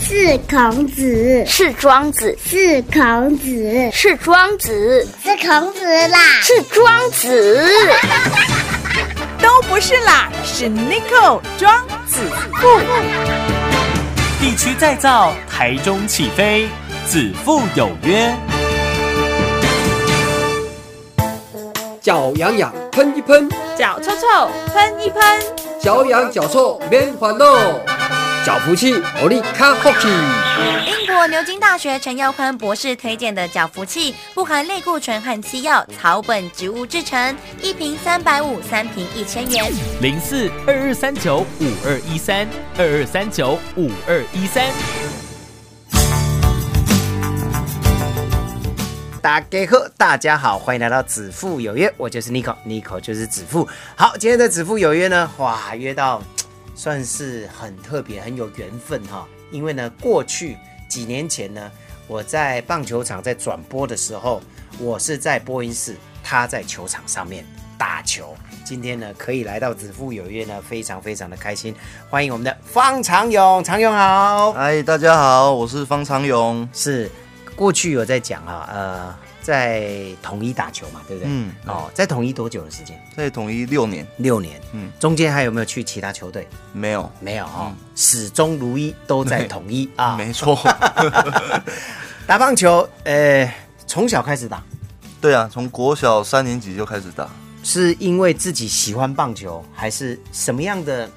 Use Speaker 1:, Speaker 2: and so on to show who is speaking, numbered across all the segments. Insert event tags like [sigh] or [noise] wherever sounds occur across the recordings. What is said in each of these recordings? Speaker 1: 是孔子，
Speaker 2: 是庄子，
Speaker 1: 是孔子，
Speaker 2: 是庄子，
Speaker 1: 是孔子啦，
Speaker 2: 是庄子。
Speaker 3: 都不是啦，是 n i c o 庄子富。
Speaker 4: 地区再造，台中起飞，子父有约。
Speaker 5: 脚痒痒，喷一喷，
Speaker 3: 脚臭臭，喷一喷，
Speaker 5: 脚痒脚臭免烦恼，脚福气，我力卡福气。
Speaker 6: 英国牛津大学陈耀宽博士推荐的脚福气，不含类固醇和西药，草本植物制成，一瓶三百五，三瓶一千元。
Speaker 4: 零四二二三九五二一三二二三九五二一三。
Speaker 7: 大家好，大家好，欢迎来到子父有约，我就是 Nico，Nico 就是子父。好，今天的子父有约呢，哇，约到算是很特别，很有缘分哈、因为呢，过去几年前呢，我在棒球场在转播的时候，我是在播音室，他在球场上面打球。今天呢，可以来到子父有约呢，非常非常的开心。欢迎我们的方长勇，长勇好。
Speaker 8: 嗨，大家好，我是方长勇。
Speaker 7: 是过去有在讲啊，呃，在统一打球嘛，对不对？
Speaker 8: 嗯
Speaker 7: 哦，在统一多久的时间？
Speaker 8: 在统一六年，
Speaker 7: 六年。
Speaker 8: 嗯，
Speaker 7: 中间还有没有去其他球队？
Speaker 8: 没有，
Speaker 7: 没有哦，始终如一都在统
Speaker 8: [laughs]
Speaker 7: 一啊。
Speaker 8: 没错。
Speaker 7: 打棒球，呃，从小开始打，
Speaker 8: 对啊，从国小三年级就开始打。
Speaker 7: 是因为自己喜欢棒球，还是什么样的？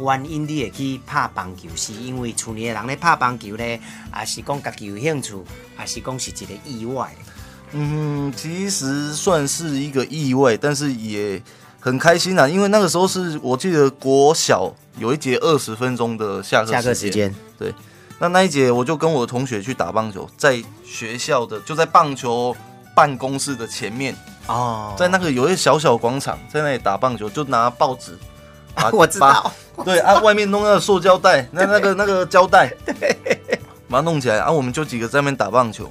Speaker 7: 原因你会去拍棒球，是因为厝里的人咧拍棒球咧，还是讲家己有兴趣，还是讲是一个意外？
Speaker 8: 嗯，其实算是一个意外，但是也很开心啊，因为那个时候是我记得国小有一节二十分钟的下课
Speaker 7: 下课时间，
Speaker 8: 对，那那一节我就跟我的同学去打棒球，在学校的就在棒球办公室的前面，
Speaker 7: 哦，
Speaker 8: 在那个有一个小小广场，在那里打棒球，就拿报纸
Speaker 7: [laughs]
Speaker 8: 把
Speaker 7: 啊我知道，
Speaker 8: 把对啊，外面弄那个塑胶袋，
Speaker 7: [laughs]
Speaker 8: 那那个那个胶带， [laughs] 把它弄起来，啊，我们就几个在那边打棒球，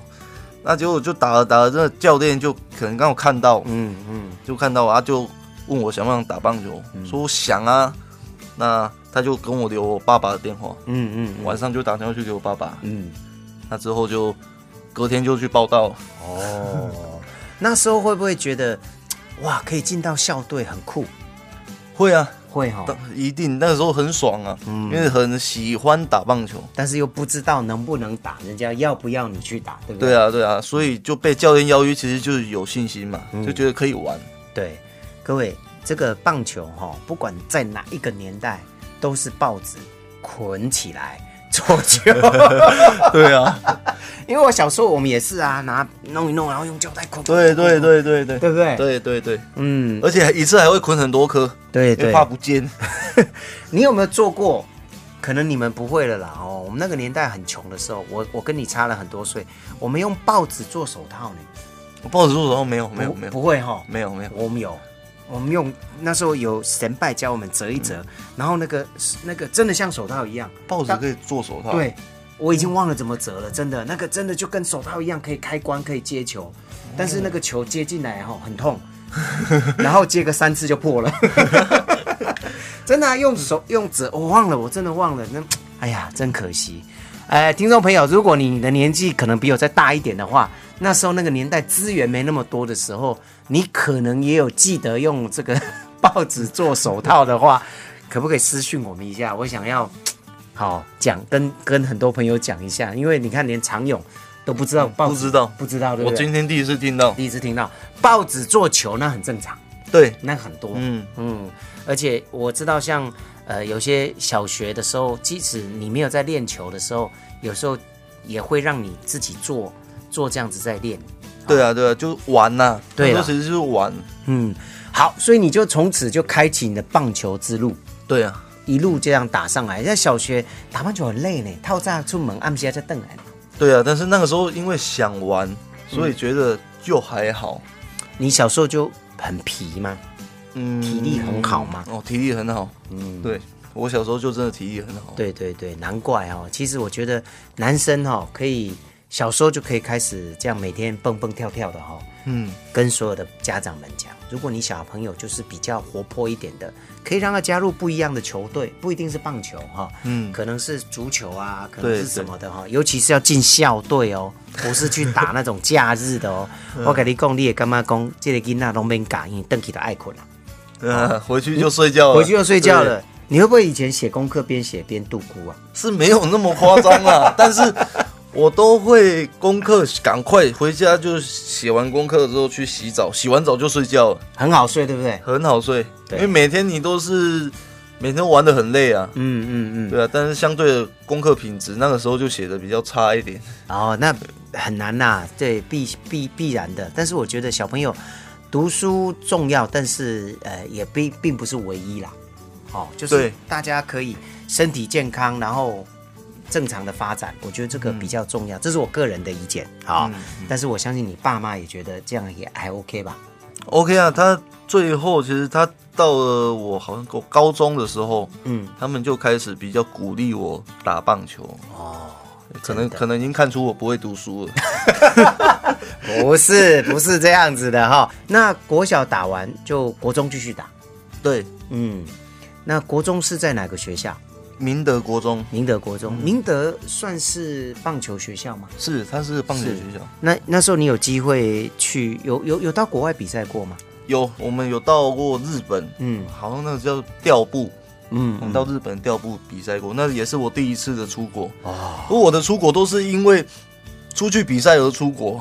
Speaker 8: 那结果就打了打了，这教练就可能刚好看到，
Speaker 7: 嗯嗯，
Speaker 8: 就看到啊，就问我想不想打棒球，说我想啊，那他就跟我留我爸爸的电话，
Speaker 7: 嗯嗯嗯，
Speaker 8: 晚上就打电话去给我爸爸，
Speaker 7: 嗯
Speaker 8: 那之后就隔天就去报道，
Speaker 7: 哦，那时候会不会觉得哇，可以进到校队很酷？
Speaker 8: 会啊，
Speaker 7: 会哈、
Speaker 8: 当一定那个时候很爽啊，
Speaker 7: 嗯
Speaker 8: 因为很喜欢打棒球。
Speaker 7: 但是又不知道能不能打，人家要不要你去打，对不
Speaker 8: 对
Speaker 7: 对？
Speaker 8: 啊，对啊，所以就被教练邀约，其实就是有信心嘛，
Speaker 7: 嗯
Speaker 8: 就觉得可以
Speaker 7: [laughs]
Speaker 8: 玩。
Speaker 7: 对各位，这个棒球哈、不管在哪一个年代，都是报纸捆起来 [laughs] 做
Speaker 8: [laughs]
Speaker 7: 球。
Speaker 8: 对啊，
Speaker 7: 因为我小时候我们也是啊，拿弄一弄，然后用胶带捆。
Speaker 8: 对对，对对对
Speaker 7: 对不对？，
Speaker 8: 对对对，
Speaker 7: 嗯，
Speaker 8: 而且一次还会捆很多颗，
Speaker 7: 对
Speaker 8: 因为
Speaker 7: 对。
Speaker 8: 怕不尖。
Speaker 7: 你有没有做过？可能你们不会了啦哦。我们那个年代很穷的时候，我我跟你差了很多岁，我们用报纸做手套呢。
Speaker 8: 我报纸做的时候没有没有
Speaker 7: 不
Speaker 8: 没有
Speaker 7: 不会哈，
Speaker 8: 没有没有，
Speaker 7: 我们有，我们用那时候有神拜教我们折一
Speaker 8: 嗯
Speaker 7: 折，然后那个那个真的像手套一样，
Speaker 8: 报纸可以做手套。
Speaker 7: 对，我已经忘了怎么折了，真的那个真的就跟手套一样，可以开关可以接球，但是那个球接进来哈很
Speaker 8: [laughs]
Speaker 7: 痛，然后接个三次就破了， [laughs] 真的啊、用手用折，我忘了，我真的忘了，那哎呀真可惜。哎，听众朋友，如果你的年纪可能比我再大一点的话，那时候那个年代资源没那么多的时候，你可能也有记得用这个报纸做手套的话， [laughs] 可不可以私讯我们一下？我想要好讲，跟跟很多朋友讲一下，因为你看连常勇都不知道报纸，
Speaker 8: 嗯不知道
Speaker 7: 不知道，对不
Speaker 8: 我
Speaker 7: 对？
Speaker 8: 今天第一次听到。
Speaker 7: 第一次听到报纸做球，那很正常，
Speaker 8: 对，
Speaker 7: 那很多，
Speaker 8: 嗯，
Speaker 7: 嗯，而且我知道像，呃，有些小学的时候，即使你没有在练球的时候，有时候也会让你自己做做这样子在练。
Speaker 8: 对啊对啊，就玩呐。
Speaker 7: 对啊啦
Speaker 8: 那时候其实就是玩。
Speaker 7: 嗯，好，所以你就从此就开启你的棒球之路，
Speaker 8: 对啊，
Speaker 7: 一路这样打上来。在小学打棒球很累呢，套炸出门，暗下在瞪来。
Speaker 8: 对啊，但是那个时候因为想玩，
Speaker 7: 嗯
Speaker 8: 所以觉得就还好。
Speaker 7: 你小时候就很皮吗？
Speaker 8: 嗯，
Speaker 7: 体力很好吗？
Speaker 8: 哦，体力很好。嗯，对我小时候就真的体力很好。
Speaker 7: 对对对，难怪哦。其实我觉得男生哈、哦、可以小时候就可以开始这样每天蹦蹦跳跳的哈、
Speaker 8: 嗯，
Speaker 7: 跟所有的家长们讲，如果你小朋友就是比较活泼一点的，可以让他加入不一样的球队，不一定是棒球哈、
Speaker 8: 嗯
Speaker 7: 可能是足球啊，可能是
Speaker 8: 对
Speaker 7: 什么的哈、尤其是要进校队哦，不是去打那种假日的
Speaker 8: [laughs]
Speaker 7: 哦。
Speaker 8: 嗯
Speaker 7: 我跟你讲，你也干嘛讲，这个囡仔拢免教，因为邓起都爱困了，
Speaker 8: 呃，回去就睡觉了，
Speaker 7: 嗯回去就睡觉
Speaker 8: 哦
Speaker 7: 了。你会不会以前写功课边写边度孤啊？
Speaker 8: 对，是没有那么夸张
Speaker 7: [laughs]
Speaker 8: 啦，但是我都会功课赶快回家，就写完功课之后去洗澡，洗完澡就睡觉了，
Speaker 7: 很好睡，对不对？
Speaker 8: 很好睡，
Speaker 7: 对
Speaker 8: 因为每天你都是每天都玩的很累啊，
Speaker 7: 嗯嗯嗯。
Speaker 8: 对啊，但是相对的功课品质那个时候就写的比较差一点，
Speaker 7: 哦，那很难呐、对，必必必然的。但是我觉得小朋友读书重要，但是呃，也并并不是唯一啦。哦，就是
Speaker 8: 对
Speaker 7: 大家可以身体健康，然后正常的发展，我觉得这个比较重要。这是我个人的意见啊、
Speaker 8: 嗯
Speaker 7: 但是我相信你爸妈也觉得这样也还 OK 吧？
Speaker 8: OK 啊，他最后其实他到了我好像高高中的时候，
Speaker 7: 嗯，
Speaker 8: 他们就开始比较鼓励我打棒球。哦，可能
Speaker 7: 真的
Speaker 8: 可能已经看出我不会读
Speaker 7: [laughs]
Speaker 8: 书了。
Speaker 7: 不是不是这样子的哈、那国小打完就国中继续打，
Speaker 8: 对，
Speaker 7: 嗯，那国中是在哪个学校？
Speaker 8: 明德国中
Speaker 7: 明德国中，明德算是棒球学校吗？
Speaker 8: 是他是棒球学校，
Speaker 7: 那那时候你有机会去，有有有到国外比赛过吗？
Speaker 8: 有我们有到过日本，
Speaker 7: [laughs] 嗯
Speaker 8: 好像那个叫调部，
Speaker 7: 嗯
Speaker 8: 我们到日本调部比赛过，那也是我第一次的出国。哦，我的出国都是因为。出去比赛而出国，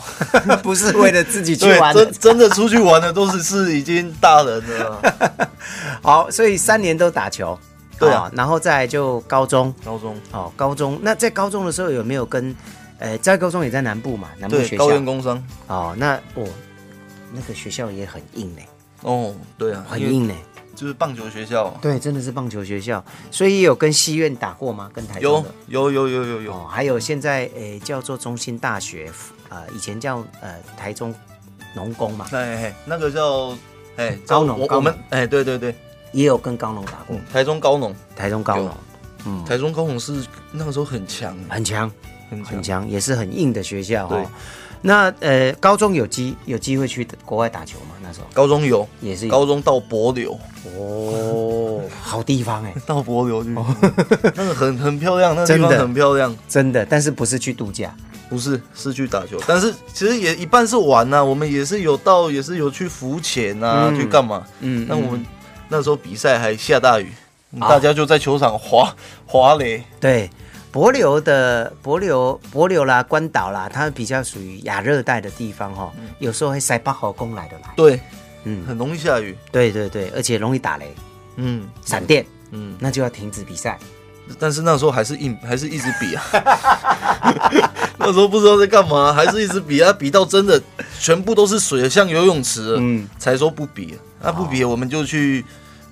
Speaker 7: 不是为了自己去
Speaker 8: 对，
Speaker 7: 玩的
Speaker 8: 真真的出去玩的都是是已经大人了啦。
Speaker 7: [laughs] 好，所以三年都打球，
Speaker 8: 对啊
Speaker 7: 哦然后再来就高中，[laughs]
Speaker 8: 高中
Speaker 7: 哦，高中那在高中的时候有没有跟，呃，在高中也在南部嘛，南部
Speaker 8: 对
Speaker 7: 学
Speaker 8: 高
Speaker 7: 校
Speaker 8: 原工商
Speaker 7: 哦，那我、那个学校也很硬嘞，
Speaker 8: 哦，对啊，
Speaker 7: 很
Speaker 8: 因为
Speaker 7: 硬嘞，
Speaker 8: 就是棒球学校啊，
Speaker 7: 对，真的是棒球学校，所以有跟西院打过吗？跟台中
Speaker 8: 有
Speaker 7: 的
Speaker 8: 有有有有有，
Speaker 7: 哦，还有现在诶叫做中心大学，呃，以前叫呃台中农工嘛，
Speaker 8: 哎，嘿那个叫哎
Speaker 7: 高农
Speaker 8: 我
Speaker 7: 高农嗯
Speaker 8: 我们哎对对对，
Speaker 7: 也有跟高农打过，
Speaker 8: 台中高农，
Speaker 7: 台中高农
Speaker 8: 有台中高农是那个时候很强，
Speaker 7: 嗯很强，
Speaker 8: 很
Speaker 7: 很
Speaker 8: 强，
Speaker 7: 强，也是很硬的学校
Speaker 8: 对
Speaker 7: 哦。那呃，高中有机有机会去国外打球吗？那时候
Speaker 8: 高中有，
Speaker 7: 也是有
Speaker 8: 高中到柏流，
Speaker 7: [laughs] 哦，好地方哎，
Speaker 8: 到柏流去， [laughs] 那个很很漂亮，那个地方
Speaker 7: 真的
Speaker 8: 很漂亮，
Speaker 7: 真的，但是不是去度假？
Speaker 8: 不是是去打球，但是其实也一半是玩呐，我们也是有到，也是有去浮潜啊，
Speaker 7: 嗯
Speaker 8: 去干嘛？
Speaker 7: 嗯啊
Speaker 8: 那我们那时候比赛还下大雨，大家就在球场滑滑垒，
Speaker 7: 对，帛琉的帛琉、帛琉啦、关岛啦，它比较属于亚热带的地方哈、哦，有时候会塞八号宫来的来，
Speaker 8: 对，
Speaker 7: 嗯，
Speaker 8: 很容易下雨，
Speaker 7: 对对对，而且容易打雷、
Speaker 8: 嗯
Speaker 7: 闪电，
Speaker 8: 嗯。
Speaker 7: 那就要停止比赛。
Speaker 8: 但是那时候还是硬，还是一直比啊。 [laughs] 那时候不知道在干嘛，还是一直比啊，比到真的全部都是水，像游泳池了，
Speaker 7: 嗯
Speaker 8: 才说不比。那不比，我们就去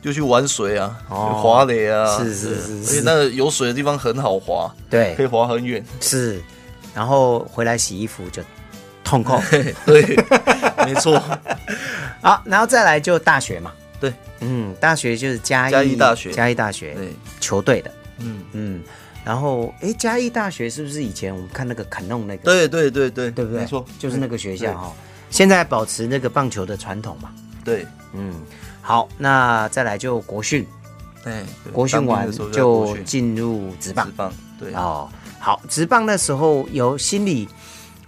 Speaker 8: 就去玩水啊，
Speaker 7: 哦
Speaker 8: 滑垒啊，
Speaker 7: 是是是
Speaker 8: 对
Speaker 7: 是
Speaker 8: 而且那个有水的地方很好滑，
Speaker 7: 对
Speaker 8: 可以，滑
Speaker 7: [laughs]
Speaker 8: 很远。
Speaker 7: 是，然后回来洗衣服就痛
Speaker 8: [laughs]
Speaker 7: 扣
Speaker 8: 对，没错，
Speaker 7: 好，然后再来就大学嘛。
Speaker 8: 对，
Speaker 7: 嗯，大学就是嘉义
Speaker 8: 嘉义大学
Speaker 7: 嘉义大学
Speaker 8: 对，
Speaker 7: 球队的，
Speaker 8: 嗯，
Speaker 7: 嗯，然后哎，嘉义大学是不是以前我们看那个肯弄那个，
Speaker 8: 对对对对，
Speaker 7: 对不对？
Speaker 8: 没错，
Speaker 7: 就是那个学校
Speaker 8: 对
Speaker 7: 哈、现在保持那个棒球的传统嘛。
Speaker 8: 对，
Speaker 7: 嗯，好，那再来就国训，
Speaker 8: 哎，对
Speaker 7: 国训
Speaker 8: 当兵
Speaker 7: 完
Speaker 8: 的时候在国
Speaker 7: 就
Speaker 8: 训
Speaker 7: 进入职棒
Speaker 8: 直。棒，对，
Speaker 7: 哦，好，职棒那时候有心里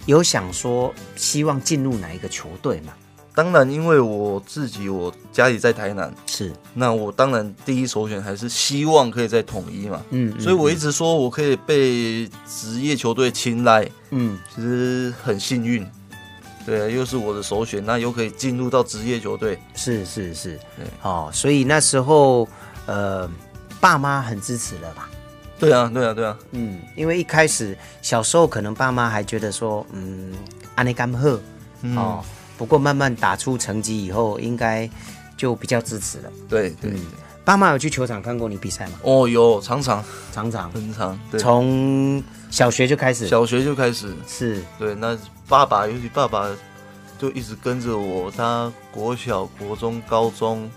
Speaker 7: 有想说希望进入哪一个球队嘛？
Speaker 8: 当然因为我自己我家里在台南，
Speaker 7: 是，
Speaker 8: 那我当然第一首选还是希望可以再统一嘛，
Speaker 7: 嗯，
Speaker 8: 所以我一
Speaker 7: 直
Speaker 8: 直说我可以被职业球队青睐，
Speaker 7: 嗯
Speaker 8: 其实很幸运。对，啊又是我的首选，那又可以进入到职业球队。
Speaker 7: 是是是
Speaker 8: 对，
Speaker 7: 哦，所以那时候呃，爸妈很支持了吧？
Speaker 8: 对啊，对啊，对啊，
Speaker 7: 嗯，因为一开始小时候可能爸妈还觉得说，嗯，安内甘赫
Speaker 8: 嗯，
Speaker 7: 哦，不过慢慢打出成绩以后，应该就比较支持了。
Speaker 8: 对对对
Speaker 7: 嗯，爸妈有去球场看过你比赛吗？
Speaker 8: 哦，有常常
Speaker 7: 常常
Speaker 8: 很长，对，
Speaker 7: 从小学就开始，
Speaker 8: 小学就开始，
Speaker 7: 是
Speaker 8: 对，那爸爸尤其爸爸就一直跟着我，他国小、国中、高中、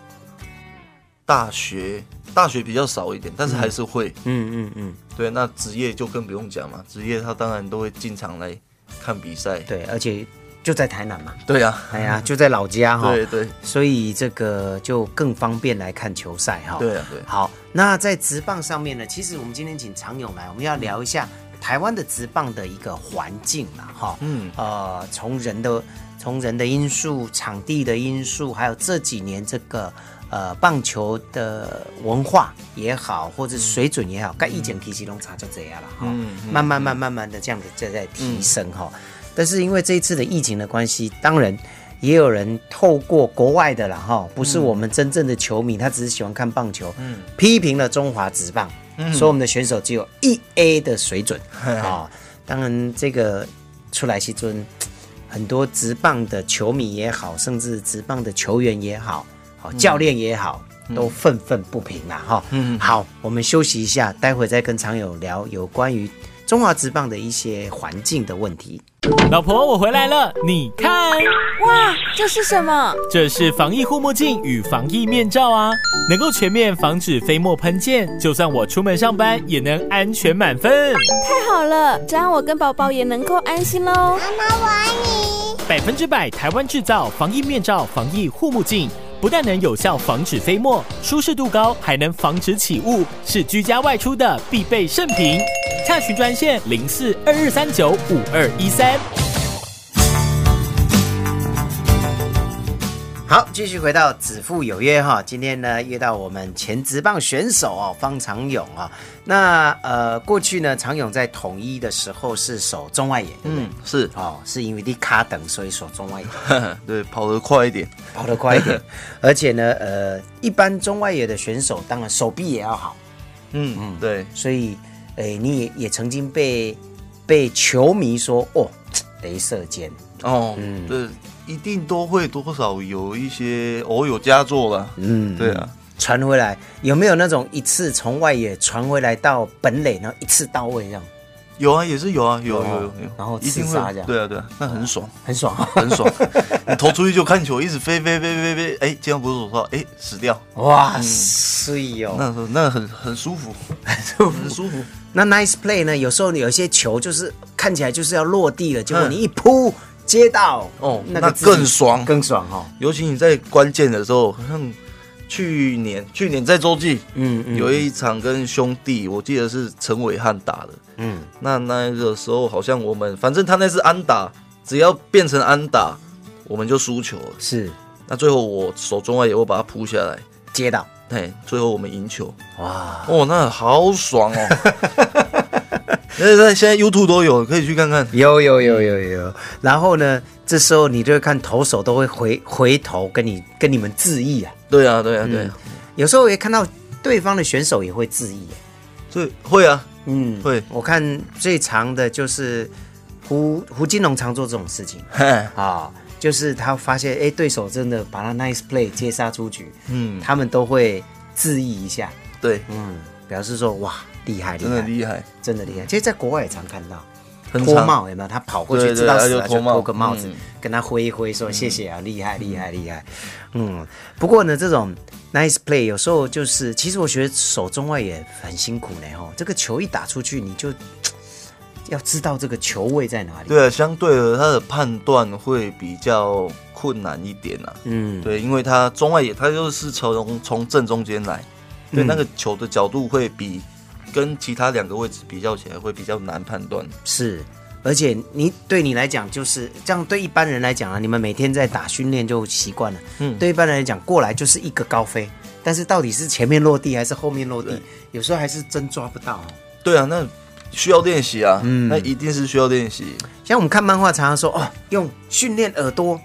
Speaker 8: 大学，大学比较少一点，但是还是会。
Speaker 7: 嗯嗯嗯，
Speaker 8: 对，那职业就更不用讲嘛，职业他当然都会进场来看比赛。
Speaker 7: 对，而且就在台南嘛，[laughs]
Speaker 8: 对啊，
Speaker 7: 哎呀，就在老家哈、
Speaker 8: 对对
Speaker 7: 所以这个就更方便来看球赛哈、
Speaker 8: 对啊对
Speaker 7: 好，那在职棒上面呢，其实我们今天请常勇来，我们要聊一下台湾的职棒的一个环境啦哈、
Speaker 8: 嗯
Speaker 7: 呃，从人的从人的因素、场地的因素，还有这几年这个呃棒球的文化也好，或者水准也好，该一前提起拢差就这样了哈、
Speaker 8: 嗯嗯
Speaker 7: 慢慢慢慢慢的这样子在在提升哈、但是因为这一次的疫情的关系，当然。也有人透过国外的啦哈，不是我们真正的球迷，他只是喜欢看棒球，
Speaker 8: 嗯
Speaker 7: 哦批评了中华职棒，
Speaker 8: 嗯
Speaker 7: 说我们的选手只有一 A 的水
Speaker 8: [laughs]
Speaker 7: 准啊、当然，这个出来西尊，很多职棒的球迷也好，甚至职棒的球员也好，好、教练也好，都愤愤不平啦哈。
Speaker 8: 嗯
Speaker 7: 好，我们休息一下，待会再跟常友聊有关于中华职棒的一些环境的问题。
Speaker 4: 老婆，我回来了，你看，
Speaker 2: 哇，这是什么？
Speaker 4: 这是防疫护目镜与防疫面罩啊，能够全面防止飞沫喷溅，就算我出门上班也能安全满分，
Speaker 2: 太好了，这样我跟宝宝也能够安心喽。
Speaker 4: 百分之百台湾制造防疫面罩、防疫护目镜。不但能有效防止飞沫，舒适度高，还能防止起雾，是居家外出的必备圣品。洽询专线零四二二三九五二一三。
Speaker 7: 好，继续回到子父有约哈，今天呢约到我们前职棒选手哦方长勇啊、那呃过去呢长勇在统一的时候是守中外野，对不对？
Speaker 8: 嗯，是，
Speaker 7: 哦，是因为你卡等，所以守中外野
Speaker 8: 对，跑得快一点，
Speaker 7: 跑得快一点，而且呢呃一般中外野的选手当然手臂也要好，
Speaker 8: 嗯嗯，对，
Speaker 7: 所以诶、你也也曾经被被球迷说哦镭射肩，
Speaker 8: 哦，
Speaker 7: 嗯
Speaker 8: 对，一定都会多少有一些偶有佳作啦。
Speaker 7: 嗯
Speaker 8: 对啊，
Speaker 7: 传回来有没有那种一次从外野传回来到本垒，然后一次到位这样，
Speaker 8: 有啊，也是有啊，有
Speaker 7: 有
Speaker 8: 有
Speaker 7: 啊
Speaker 8: 有有，
Speaker 7: 然后
Speaker 8: 一定
Speaker 7: 刺
Speaker 8: 会
Speaker 7: 杀
Speaker 8: 有
Speaker 7: 这样
Speaker 8: 对啊对啊，那很爽，
Speaker 7: 很爽啊！
Speaker 8: 很爽，你投出去就看球，一直飞飞飞飞飞，哎，今天不是手套，哎，死掉，
Speaker 7: [laughs] 哇塞哟、
Speaker 8: 那时候那很很舒服，很舒服，
Speaker 7: 那 nice play 呢？有时候有些球就是看起来就是要落地了，结果
Speaker 8: 嗯
Speaker 7: 你一扑接到，
Speaker 8: 哦
Speaker 7: 个
Speaker 8: 那
Speaker 7: 自己
Speaker 8: 更爽
Speaker 7: 更爽哈、哦。
Speaker 8: 尤其你在关键的时候，好像去年去年在洲际，
Speaker 7: 嗯嗯
Speaker 8: 有一场跟兄弟，我记得是陈伟汉打的，
Speaker 7: 嗯，
Speaker 8: 那那个时候好像我们，反正他那是安打，只要变成安打，我们就输球了。
Speaker 7: 是
Speaker 8: 那最后我手中外野我把它扑下来，
Speaker 7: 接到，
Speaker 8: 嘿，最后我们赢球，
Speaker 7: 哇，
Speaker 8: 哦，那好爽
Speaker 7: [laughs]
Speaker 8: 哦！那在现在 YouTube 都有，可以去看看。
Speaker 7: 有有有有有。然后呢，这时候你就会看投手都会回回头跟你跟你们致意啊。
Speaker 8: 对啊，对啊，对啊，
Speaker 7: 有时候也看到对方的选手也会致意、啊
Speaker 8: 对，会啊，
Speaker 7: 嗯，
Speaker 8: 会
Speaker 7: 我看最长的就是胡胡金龙常做这种事情
Speaker 8: 嘿，
Speaker 7: 啊，就是他发现哎、诶对手真的把他 nice play 接杀出局，
Speaker 8: 嗯，
Speaker 7: 他们都会质疑一下，
Speaker 8: 对，
Speaker 7: 嗯，表示说哇厉害厉
Speaker 8: 真的
Speaker 7: 害，
Speaker 8: 厉害，
Speaker 7: 真的厉害。其实，在国外也常看到
Speaker 8: 很
Speaker 7: 脱
Speaker 8: 长
Speaker 7: 帽有没有？他跑过去
Speaker 8: 对对
Speaker 7: 知道死了
Speaker 8: 他就
Speaker 7: 就
Speaker 8: 脱帽
Speaker 7: 脱个帽子
Speaker 8: 嗯，
Speaker 7: 跟他挥一挥说谢谢啊，厉害厉害厉害。嗯，不过呢，这种 nice play 有时候就是，其实我觉得守中外也很辛苦呢哦。这个球一打出去，你就要知道这个球位在哪里。，
Speaker 8: 对啊，相对的，他的判断会比较困难一点啊。
Speaker 7: 嗯，
Speaker 8: 对，因为他中外野，他就是从从正中间来，对、
Speaker 7: 嗯
Speaker 8: 那个球的角度会比跟其他两个位置比较起来会比较难判断。
Speaker 7: 是。而且你对你来讲就是这样，对一般人来讲啊，你们每天在打训练就习惯了。
Speaker 8: 嗯
Speaker 7: 对一般人来讲，过来就是一个高飞，但是到底是前面落地还是后面落地
Speaker 8: 对，
Speaker 7: 有时候还是真抓不到哦、
Speaker 8: 对啊，那需要练习啊，
Speaker 7: 嗯
Speaker 8: 那一定是需要
Speaker 7: [laughs]
Speaker 8: 练习。
Speaker 7: 像我们看漫画，常常说哦，用训练耳朵、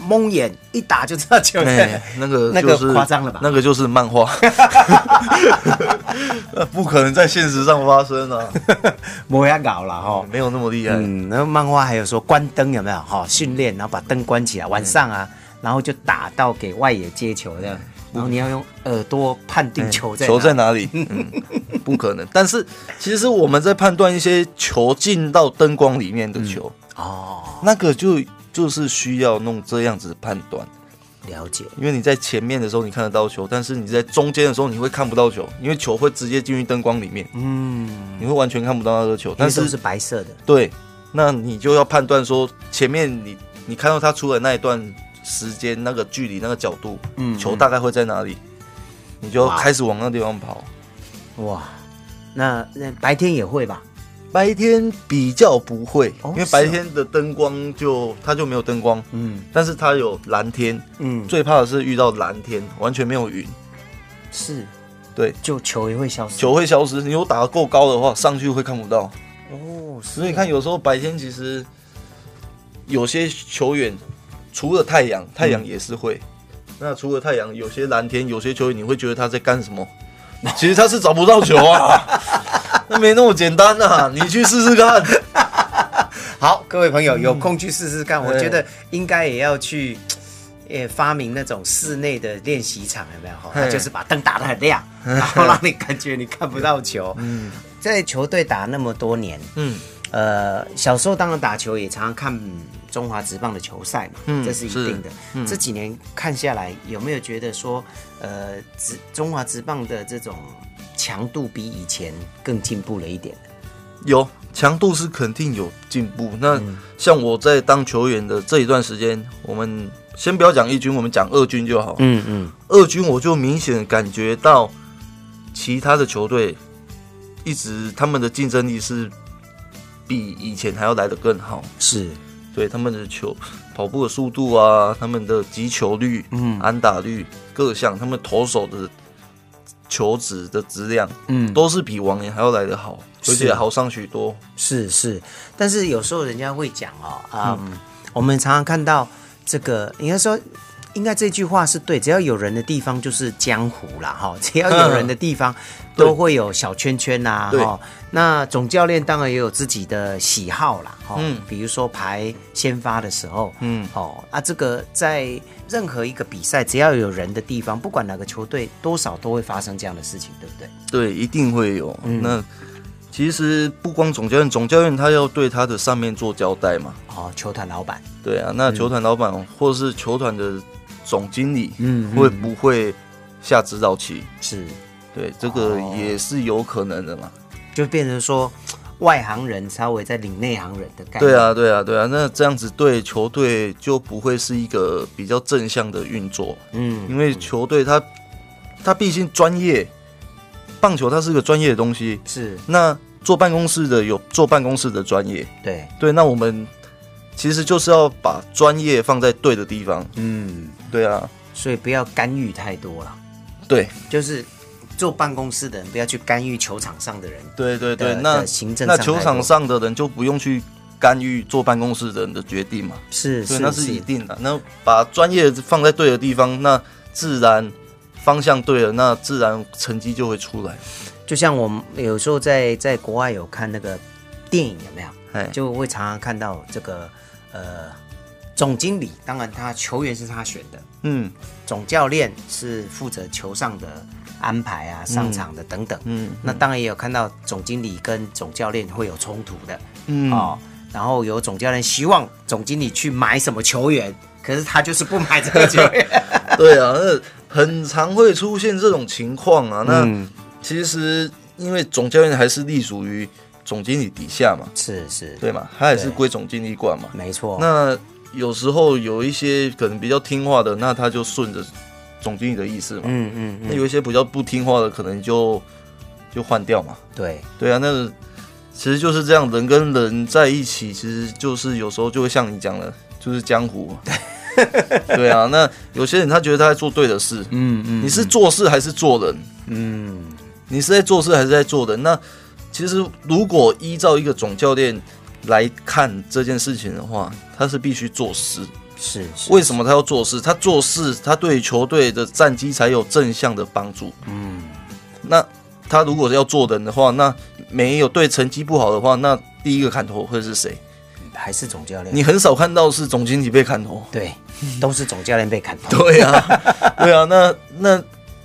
Speaker 7: 蒙眼一打就知道球
Speaker 8: 哎
Speaker 7: 在。，
Speaker 8: 那个
Speaker 7: [laughs] 那个
Speaker 8: 就是
Speaker 7: 夸张了吧
Speaker 8: 那个就是
Speaker 7: [laughs]
Speaker 8: 漫画， [laughs] 呃不可能在现实上发生啊，哦
Speaker 7: 莫要啊搞了哈。
Speaker 8: 没有那么厉害。
Speaker 7: 嗯，然后漫画还有说关灯有没有？哈、训练然后把灯关起
Speaker 8: 嗯
Speaker 7: 来，晚上啊，然后就打到给外野接球这样。
Speaker 8: 嗯
Speaker 7: 然后你要用耳朵判
Speaker 8: 哎
Speaker 7: 定球在
Speaker 8: 球在
Speaker 7: 哪。
Speaker 8: 哪里？嗯，不可能。但是其实我们在判断一些球进到灯光里面的球，
Speaker 7: 哦，
Speaker 8: 那个就就是需要弄这样子判断，
Speaker 7: 了解。
Speaker 8: 因为你在前面的时候你看得到球，但是你在中间的时候你会看不到球，因为球会直接进入灯光里面，
Speaker 7: 嗯，
Speaker 8: 你会完全看不到那个球。
Speaker 7: 因
Speaker 8: 但
Speaker 7: 为都
Speaker 8: 是
Speaker 7: 是白色的。
Speaker 8: 对，那你就要判断说前面你你看到他出来那一段时间、那个距离、那个角度，
Speaker 7: 嗯
Speaker 8: 球大概会在哪里，你就
Speaker 7: 哇
Speaker 8: 开始往那地方跑。
Speaker 7: 哇，那那白天也会吧？
Speaker 8: 白天比较不会，
Speaker 7: 哦
Speaker 8: 因为白天的灯光就它就没有灯光，
Speaker 7: 嗯
Speaker 8: 但是它有蓝天。
Speaker 7: 嗯，
Speaker 8: 最怕的是遇到蓝天，完全没有云，
Speaker 7: 是
Speaker 8: 对，
Speaker 7: 就球也会消失。
Speaker 8: 球会消失。你如果打得够高的话，上去会看不到。
Speaker 7: 哦，
Speaker 8: 所以你看，有时候白天其实有些球员除了太阳，太
Speaker 7: 嗯
Speaker 8: 阳也是会。那除了太阳，有些蓝天，有些球员你会觉得他在干什么？ [laughs] 其实他是找不到球啊， [laughs] 那没那么简单呐、啊。你去试试看。
Speaker 7: 好，各位朋友有空去试试看，我
Speaker 8: 嗯对
Speaker 7: 觉得应该也要去。也发明那种室内的练习场，有没有？哈，
Speaker 8: 嘿
Speaker 7: 它就是把灯打得很亮，然后让你感觉你看不到球。嗯，在球队打那么多年，
Speaker 8: 嗯，
Speaker 7: 呃，小时候当然打球也常常看嗯中华职棒的球赛嘛，
Speaker 8: 嗯
Speaker 7: 这是一定的
Speaker 8: 是。嗯
Speaker 7: 这几年看下来，有没有觉得说，呃，职中华职棒的这种强度比以前更进步了一点？
Speaker 8: 有强度是肯定有进步。那
Speaker 7: 嗯
Speaker 8: 像我在当球员的这一段时间，我们先不要讲一军，我们讲二军就好。
Speaker 7: 嗯嗯，
Speaker 8: 二军我就明显感觉到其他的球队一直他们的竞争力是比以前还要来得更好，
Speaker 7: 是，
Speaker 8: 对他们的球跑步的速度啊，他们的击球率、
Speaker 7: 嗯
Speaker 8: 安打率各项，他们投手的球质的质量
Speaker 7: 嗯，
Speaker 8: 都是比往年还要来得好，而
Speaker 7: 是
Speaker 8: 且好上许多。
Speaker 7: 是是，但是有时候人家会讲哦，啊、
Speaker 8: 嗯
Speaker 7: 我们常常看到这个，应该说，应该这句话是对，只要有人的地方就是江湖啦，哈、 [laughs] 只要有人的地方
Speaker 8: [laughs] 对
Speaker 7: 都会有小圈圈呐、
Speaker 8: 对
Speaker 7: 哈、那总教练当然也有自己的喜好啦，哈、
Speaker 8: 嗯
Speaker 7: 比如说排先发的时候，
Speaker 8: 嗯
Speaker 7: 哦，啊，这个在任何一个比赛，只要有人的地方，不管哪个球队，多少都会发生这样的事情，对不对？
Speaker 8: 对，一定会有。
Speaker 7: 嗯
Speaker 8: 那其实不光总教练，总教练他要对他的上面做交代嘛。
Speaker 7: 哦，球团老板，
Speaker 8: 对啊，那球团老板或是球团的总经理
Speaker 7: 嗯
Speaker 8: 会不会下指导棋？
Speaker 7: 是。
Speaker 8: 对，这个
Speaker 7: 哦
Speaker 8: 也是有可能的嘛。
Speaker 7: 就变成说外行人稍微在领内行人的概念。
Speaker 8: 对啊，，对啊，对啊。那这样子对球队就不会是一个比较正向的运作，
Speaker 7: 嗯，
Speaker 8: 因为球队它它毕竟专业，棒球它是个专业的东西。
Speaker 7: 是
Speaker 8: 那做办公室的有做办公室的专业，
Speaker 7: 对，
Speaker 8: 对，那我们其实就是要把专业放在对的地方。
Speaker 7: 嗯，
Speaker 8: 对啊，
Speaker 7: 所以不要干预太多了，
Speaker 8: 对，
Speaker 7: 就是做办公室的人不要去干预球场上的人。
Speaker 8: 对
Speaker 7: 的
Speaker 8: 对对，那
Speaker 7: 的行政
Speaker 8: 那
Speaker 7: 上
Speaker 8: 球
Speaker 7: 来
Speaker 8: 场
Speaker 7: 说
Speaker 8: 上的人就不用去干预坐办公室的人的决定嘛，
Speaker 7: 是
Speaker 8: 对，
Speaker 7: 是
Speaker 8: 那是一定的。那把专业放在对的地方，那自然方向对了，那自然成绩就会出来。
Speaker 7: 就像我们有时候在在国外有看那个电影有没有？
Speaker 8: 哎，
Speaker 7: 就会常常看到这个呃总经理，当然他球员是他选的，
Speaker 8: 嗯
Speaker 7: 总教练是负责球上的安排啊、上场的等等。
Speaker 8: 嗯
Speaker 7: 那当然也有看到总经理跟总教练会有冲突的、
Speaker 8: 嗯，
Speaker 7: 哦，然后有总教练希望总经理去买什么球员，可是他就是不买这个球
Speaker 8: [laughs]
Speaker 7: 员。
Speaker 8: 对啊，那很常会出现这种情况啊。那
Speaker 7: 嗯
Speaker 8: 其实因为总教练还是隶属于总经理底下嘛，
Speaker 7: 是是，
Speaker 8: 对嘛，他也是
Speaker 7: 对
Speaker 8: 归总经理管嘛。
Speaker 7: 没错。
Speaker 8: 那有时候有一些可能比较听话的，那他就顺着总经理的意思嘛。
Speaker 7: 嗯嗯
Speaker 8: 那
Speaker 7: 嗯，
Speaker 8: 有一些比较不听话的，可能就就换掉嘛。
Speaker 7: 对，
Speaker 8: 对啊，那个其实就是这样，人跟人在一起，其实就是有时候就会像你讲的，就是江湖
Speaker 7: [laughs]
Speaker 8: 嘛。对啊，那有些人他觉得他在做对的事，
Speaker 7: 嗯嗯
Speaker 8: 你是做事还是做人？
Speaker 7: 嗯
Speaker 8: 你是在做事还是在做人？那其实如果依照一个总教练来看这件事情的话，他是必须做事。
Speaker 7: 是是，
Speaker 8: 为什么他要做事？他做事，他对球队的战绩才有正向的帮助。嗯，那他如果要做人的话，那没有对成绩不好的话，那第一个砍头会是谁？
Speaker 7: 还是总教练？
Speaker 8: 你很少看到是总经理被砍头。 [laughs]
Speaker 7: 对，都是总教练被砍头。
Speaker 8: 对啊，对啊，那那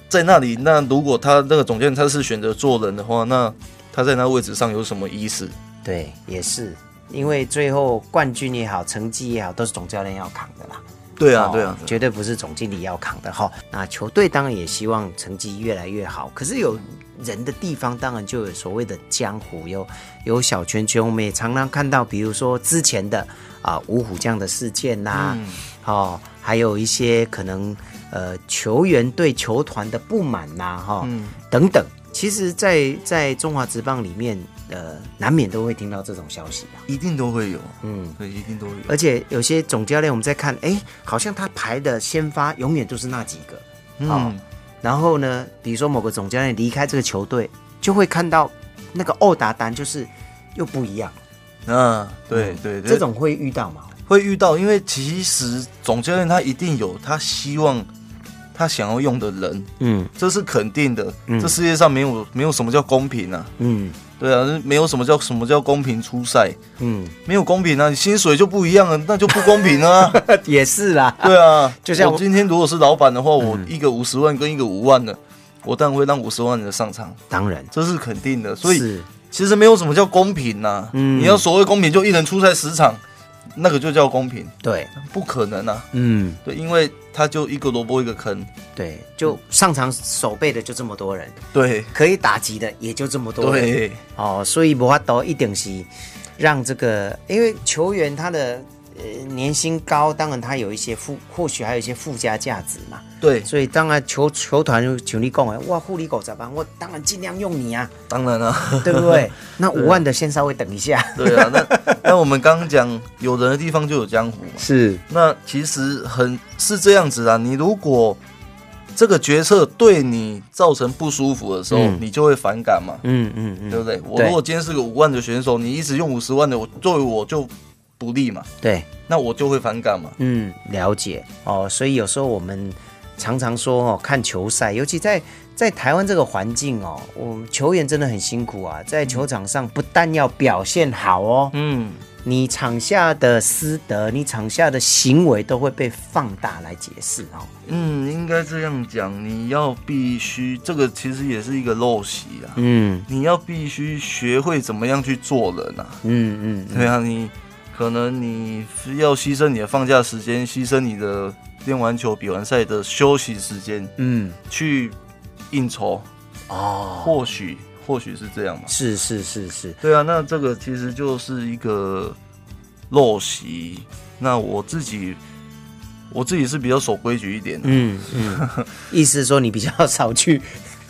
Speaker 8: 在那里，那如果他那个总监他是选择做人的话，那他在那位置上有什么意思？
Speaker 7: 对，也是，因为最后冠军也好，成绩也好，都是总教练要扛的啦。
Speaker 8: 对啊
Speaker 7: 哦，
Speaker 8: 对啊，对啊
Speaker 7: 绝对不是总经理要扛的哈、那球队当然也希望成绩越来越好，可是有人的地方，当然就有所谓的江湖，有有小圈圈。我们也常常看到，比如说之前的啊、五虎将的事件呐、
Speaker 8: 嗯
Speaker 7: 哦，还有一些可能呃球员对球团的不满呐、哈、
Speaker 8: 嗯
Speaker 7: 等等。其实在，在中华职棒里面，呃，难免都会听到这种消息吧。啊
Speaker 8: 一定都会有，
Speaker 7: 嗯，
Speaker 8: 对，一定都会有。
Speaker 7: 而且有些总教练，我们在看，哎，好像他排的先发永远都是那几个，哦
Speaker 8: 嗯，
Speaker 7: 然后呢，比如说某个总教练离开这个球队，就会看到那个殴打单就是又不一样。
Speaker 8: 啊，对对，对
Speaker 7: 嗯这种会遇到嘛？
Speaker 8: 会遇到，因为其实总教练他一定有他希望他想要用的人，
Speaker 7: 嗯
Speaker 8: 这是肯定的。
Speaker 7: 嗯
Speaker 8: 这世界上没有没有什么叫公平啊，
Speaker 7: 嗯
Speaker 8: 对啊，没有什么叫什么叫公平出赛，
Speaker 7: 嗯，
Speaker 8: 没有公平啊，你薪水就不一样了，那就不公
Speaker 7: [laughs]
Speaker 8: 平啊。
Speaker 7: [laughs] 也是啦。
Speaker 8: 对啊，
Speaker 7: 就像我嗯
Speaker 8: 我今天如果是老板的话，我一个五十万跟一个五万的，我当然会让五十万的上场，
Speaker 7: [laughs] 当然，
Speaker 8: 这是肯定的。所以
Speaker 7: 是
Speaker 8: 其实没有什么叫公平呐、啊
Speaker 7: 嗯
Speaker 8: 你要所谓公平，就一人出赛十场，那个就叫公平，
Speaker 7: 对，
Speaker 8: 不可能啊。
Speaker 7: 嗯
Speaker 8: 对，因为他就一个萝卜一个坑。
Speaker 7: 对，就上场守备的就这么多人，
Speaker 8: 对
Speaker 7: 可以打击的也就这么多人。
Speaker 8: 对，
Speaker 7: 哦，所以无法度一定是让这个，因为球员他的呃年薪高，当然他有一些附，或许还有一些附加价值嘛。
Speaker 8: 对，
Speaker 7: 所以当然球球团就像你讲的，哇，护理狗咋办？我当然尽量用你啊， [laughs]
Speaker 8: 当然啊，
Speaker 7: 对不
Speaker 8: [laughs]
Speaker 7: 对？那五万的先稍微等一下。
Speaker 8: 对啊。那那我们刚刚讲，有人的地方就有江湖嘛。
Speaker 7: 是，
Speaker 8: 那其实很是这样子啊，你如果这个决策对你造成不舒服的时候，
Speaker 7: 嗯
Speaker 8: 你就会反感嘛，
Speaker 7: 嗯嗯
Speaker 8: 对
Speaker 7: 嗯，
Speaker 8: 不对？我如果今天是个五万的选手，你一直用五十万的，我作为我就不利嘛，
Speaker 7: 对，
Speaker 8: 那我就会反感嘛。
Speaker 7: 嗯，了解哦。所以有时候我们常常说哦，看球赛，尤其在在台湾这个环境哦，我们球员真的很辛苦啊，在球场上不但要表现好哦，
Speaker 8: 嗯，
Speaker 7: 你场下的私德，你场下的行为都会被放大来解释哦。
Speaker 8: 嗯，应该这样讲，你要必须这个其实也是一个陋习啊，
Speaker 7: 嗯
Speaker 8: 你要必须学会怎么样去做人啊。
Speaker 7: 嗯嗯，
Speaker 8: 对啊，你可能你是要牺牲你的放假时间，牺牲你的练完球、比完赛的休息时间
Speaker 7: 嗯
Speaker 8: 去应酬，
Speaker 7: 哦，
Speaker 8: 或许或许是这样嘛。
Speaker 7: 是是是是，
Speaker 8: 对啊，那这个其实就是一个陋习。那我自己我自己是比较守规矩一点的，
Speaker 7: 嗯嗯， [laughs] 意思说你比较少去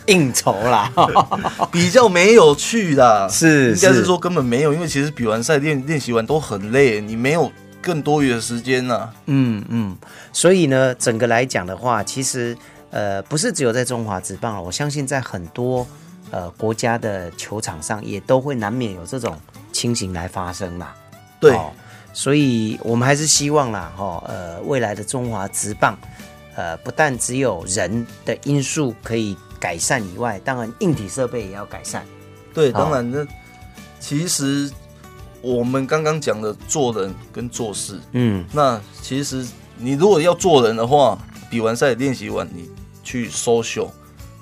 Speaker 7: 应酬啦。 [laughs]
Speaker 8: 比较没有去啦。
Speaker 7: 是
Speaker 8: 应该
Speaker 7: 是
Speaker 8: 是说根本没有，因为其实比完赛练练习完都很累，你没有更多余的时间啊呐、
Speaker 7: 嗯，嗯，所以呢，整个来讲的话，其实呃，不是只有在中华职棒了，我相信在很多呃国家的球场上也都会难免有这种情形来发生啦。
Speaker 8: 对，
Speaker 7: 哦所以我们还是希望啦，哈、哦，呃，未来的中华职棒，呃，不但只有人的因素可以改善以外，当然硬体设备也要改善。
Speaker 8: 对，
Speaker 7: 好
Speaker 8: 当然那其实我们刚刚讲的做人跟做事，
Speaker 7: 嗯，
Speaker 8: 那其实你如果要做人的话，比完赛练习完你去 social，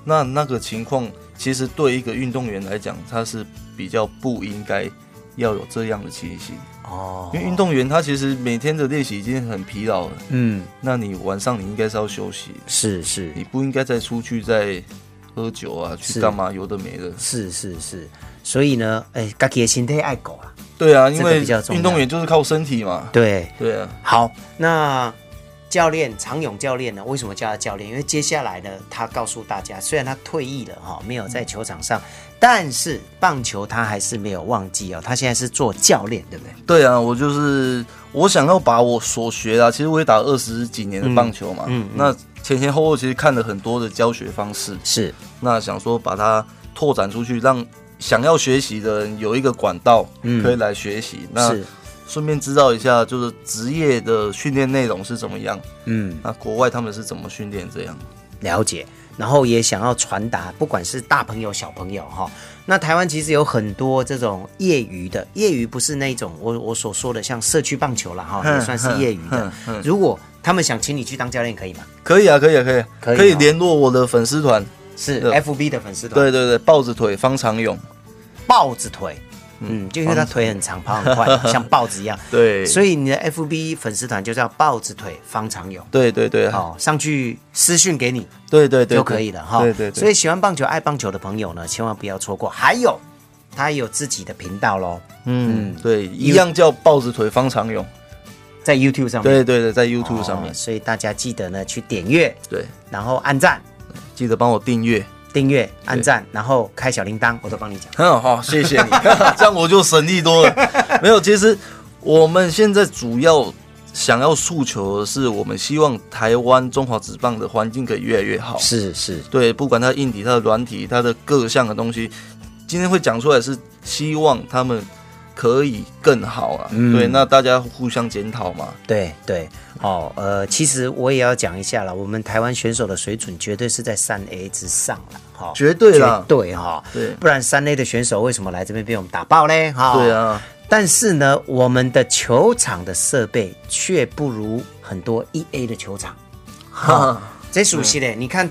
Speaker 8: 那那个情况其实对一个运动员来讲，他是比较不应该要有这样的情形，
Speaker 7: 哦
Speaker 8: 因为运动员他其实每天的练习已经很疲劳了，
Speaker 7: 嗯，
Speaker 8: 那你晚上你应该是要休息，
Speaker 7: 是是
Speaker 8: 你不应该再出去再喝酒啊，去
Speaker 7: 是
Speaker 8: 干嘛有的没的。
Speaker 7: 是是是，所以呢，哎，自己的身体爱狗啦。
Speaker 8: 对啊，
Speaker 7: 这
Speaker 8: 因
Speaker 7: 个
Speaker 8: 为
Speaker 7: 比较重要
Speaker 8: 运动员就是靠身体嘛。
Speaker 7: 对，
Speaker 8: 对啊，
Speaker 7: 好，那教练常勇教练呢？为什么叫他教练？因为接下来呢，他告诉大家，虽然他退役了哈、没有在球场上，但是棒球他还是没有忘记哦，他现在是做教练，对不对？
Speaker 8: 对啊，我就是我想要把我所学的啊，其实我也打二十几年的棒球嘛，
Speaker 7: 嗯嗯嗯
Speaker 8: 那前前后后其实看了很多的教学方式，
Speaker 7: 是，
Speaker 8: 那想说把它拓展出去，让想要学习的人有一个管道
Speaker 7: 嗯
Speaker 8: 可以来学习，那
Speaker 7: 是，
Speaker 8: 顺便知道一下就是职业的训练内容是怎么样，
Speaker 7: 嗯，
Speaker 8: 那国外他们是怎么训练这样。
Speaker 7: 了解。然后也想要传达，不管是大朋友小朋友哈、那台湾其实有很多这种业余的，业余不是那种我我所说的像社区棒球啦哈、也算是业余的。如果他们想请你去当教练，可以吗？
Speaker 8: 可以啊，可以啊，可以啊，
Speaker 7: 可以
Speaker 8: 可以
Speaker 7: 哦
Speaker 8: 联络我的粉丝团，
Speaker 7: 是
Speaker 8: 对
Speaker 7: FB 的粉丝团，
Speaker 8: 对对对，豹子腿方长勇，
Speaker 7: 豹子腿，嗯，就因为他腿很长，跑很快，像豹子一样。
Speaker 8: [laughs] 对
Speaker 7: 所以你的 FB 粉丝团就叫豹子腿方长友。
Speaker 8: 对对对，
Speaker 7: 好，上去私讯给你
Speaker 8: 对对对，
Speaker 7: 就可以了哈。
Speaker 8: 对对对，
Speaker 7: 所以喜欢棒球、爱棒球的朋友呢，千万不要错过。还有，他也有自己的频道喽，
Speaker 8: 嗯对，一
Speaker 7: 因为
Speaker 8: 样叫豹子腿方长勇。
Speaker 7: 在 YouTube 上面。
Speaker 8: 对对对，在 YouTube 上面
Speaker 7: 嗯哦。所以大家记得呢去点阅，
Speaker 8: 对，
Speaker 7: 然后按赞、
Speaker 8: 记得帮我订阅。 [laughs]
Speaker 7: 订阅、按赞，然后开小铃铛，我都帮你讲。
Speaker 8: 很好，哦谢谢你， [laughs] 这样我就省力多了。 [laughs] 没有，其实我们现在主要想要诉求的是，我们希望台湾中华职棒的环境可以越来越好。
Speaker 7: 是是，
Speaker 8: 对，不管它硬体、它的软体、它的各项的东西，今天会讲出来是希望他们可以更好啊。对，那大家互相检讨嘛。
Speaker 7: 对对，哦，呃，其实我也要讲一下了，我们台湾选手的水准绝对是在三 A 之上了，哈、
Speaker 8: 绝对啦
Speaker 7: 绝对哈、
Speaker 8: 对
Speaker 7: 不然三 A 的选手为什么来这边被我们打爆嘞？哈、
Speaker 8: 对。啊，
Speaker 7: 但是呢，我们的球场的设备却不如很多一 A 的球场，
Speaker 8: 哈，
Speaker 7: 这熟悉
Speaker 8: 嗯
Speaker 7: 的，你看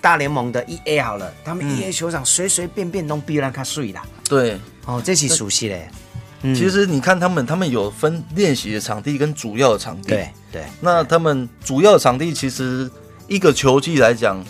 Speaker 7: 大联盟的一 A 好了，他们一 A 球场随随便便都比咱卡水啦，
Speaker 8: 对。
Speaker 7: 哦，这是熟悉的，
Speaker 8: 其实你看他们，他们有分练习的场地跟主要的场地。
Speaker 7: 对对，
Speaker 8: 那他们主要场地其实一个球季来讲，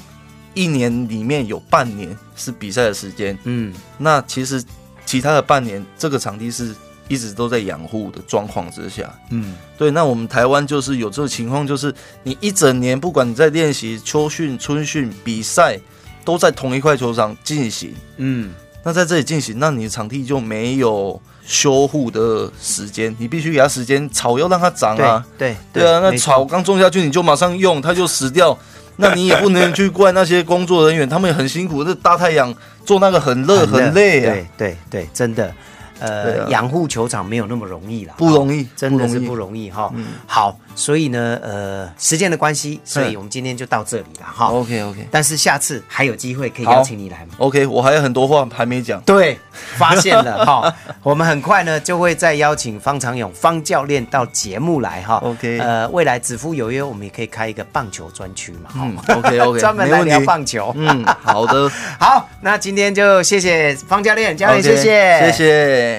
Speaker 8: 一年里面有半年是比赛的时间，
Speaker 7: 嗯，
Speaker 8: 那其实其他的半年这个场地是一直都在养护的状况之下，嗯，对。那我们台湾就是有这种情况，就是你一整年不管你在练习、秋训、春训、比赛，都在同一块球场进行，
Speaker 7: 嗯，
Speaker 8: 那在这里进行，那你的场地就没有修护的时间，你必须给它时间，草要让它长
Speaker 7: 对
Speaker 8: 啊。
Speaker 7: 对
Speaker 8: 对啊，那
Speaker 7: 没
Speaker 8: 草
Speaker 7: 错
Speaker 8: 刚种下去你就马上用，它就死掉。那你也不能去怪那些工作人员，他们也很辛苦。那大太阳做那个很热很累啊，
Speaker 7: 对对对，真的，
Speaker 8: 对
Speaker 7: 呃，
Speaker 8: 啊
Speaker 7: 养护球场没有那么容易啦，
Speaker 8: 不容易，
Speaker 7: 真的是不
Speaker 8: 易。嗯
Speaker 7: 容易哈。好，所以呢，呃，时间的关系，所以
Speaker 8: 嗯
Speaker 7: 我们今天就到这里了哈。
Speaker 8: OK OK
Speaker 7: 但是下次还有机会可以
Speaker 8: 好
Speaker 7: 邀请你来吗？
Speaker 8: OK，我还有很多话还没讲。
Speaker 7: 对，发现了
Speaker 8: [laughs]
Speaker 7: 哈，我们很快呢就会再邀请方长勇方教练到节目来哈。
Speaker 8: OK
Speaker 7: 呃，未来子夫有约，我们也可以开一个棒球专区嘛哈
Speaker 8: 嗯。，OK
Speaker 7: [laughs]
Speaker 8: OK，
Speaker 7: 专门
Speaker 8: 没
Speaker 7: 来
Speaker 8: 问
Speaker 7: 聊
Speaker 8: 题。
Speaker 7: 棒球。 [laughs]
Speaker 8: 嗯，好的，
Speaker 7: 好，那今天就谢谢方教练，教练
Speaker 8: OK，
Speaker 7: 谢谢，
Speaker 8: 谢谢。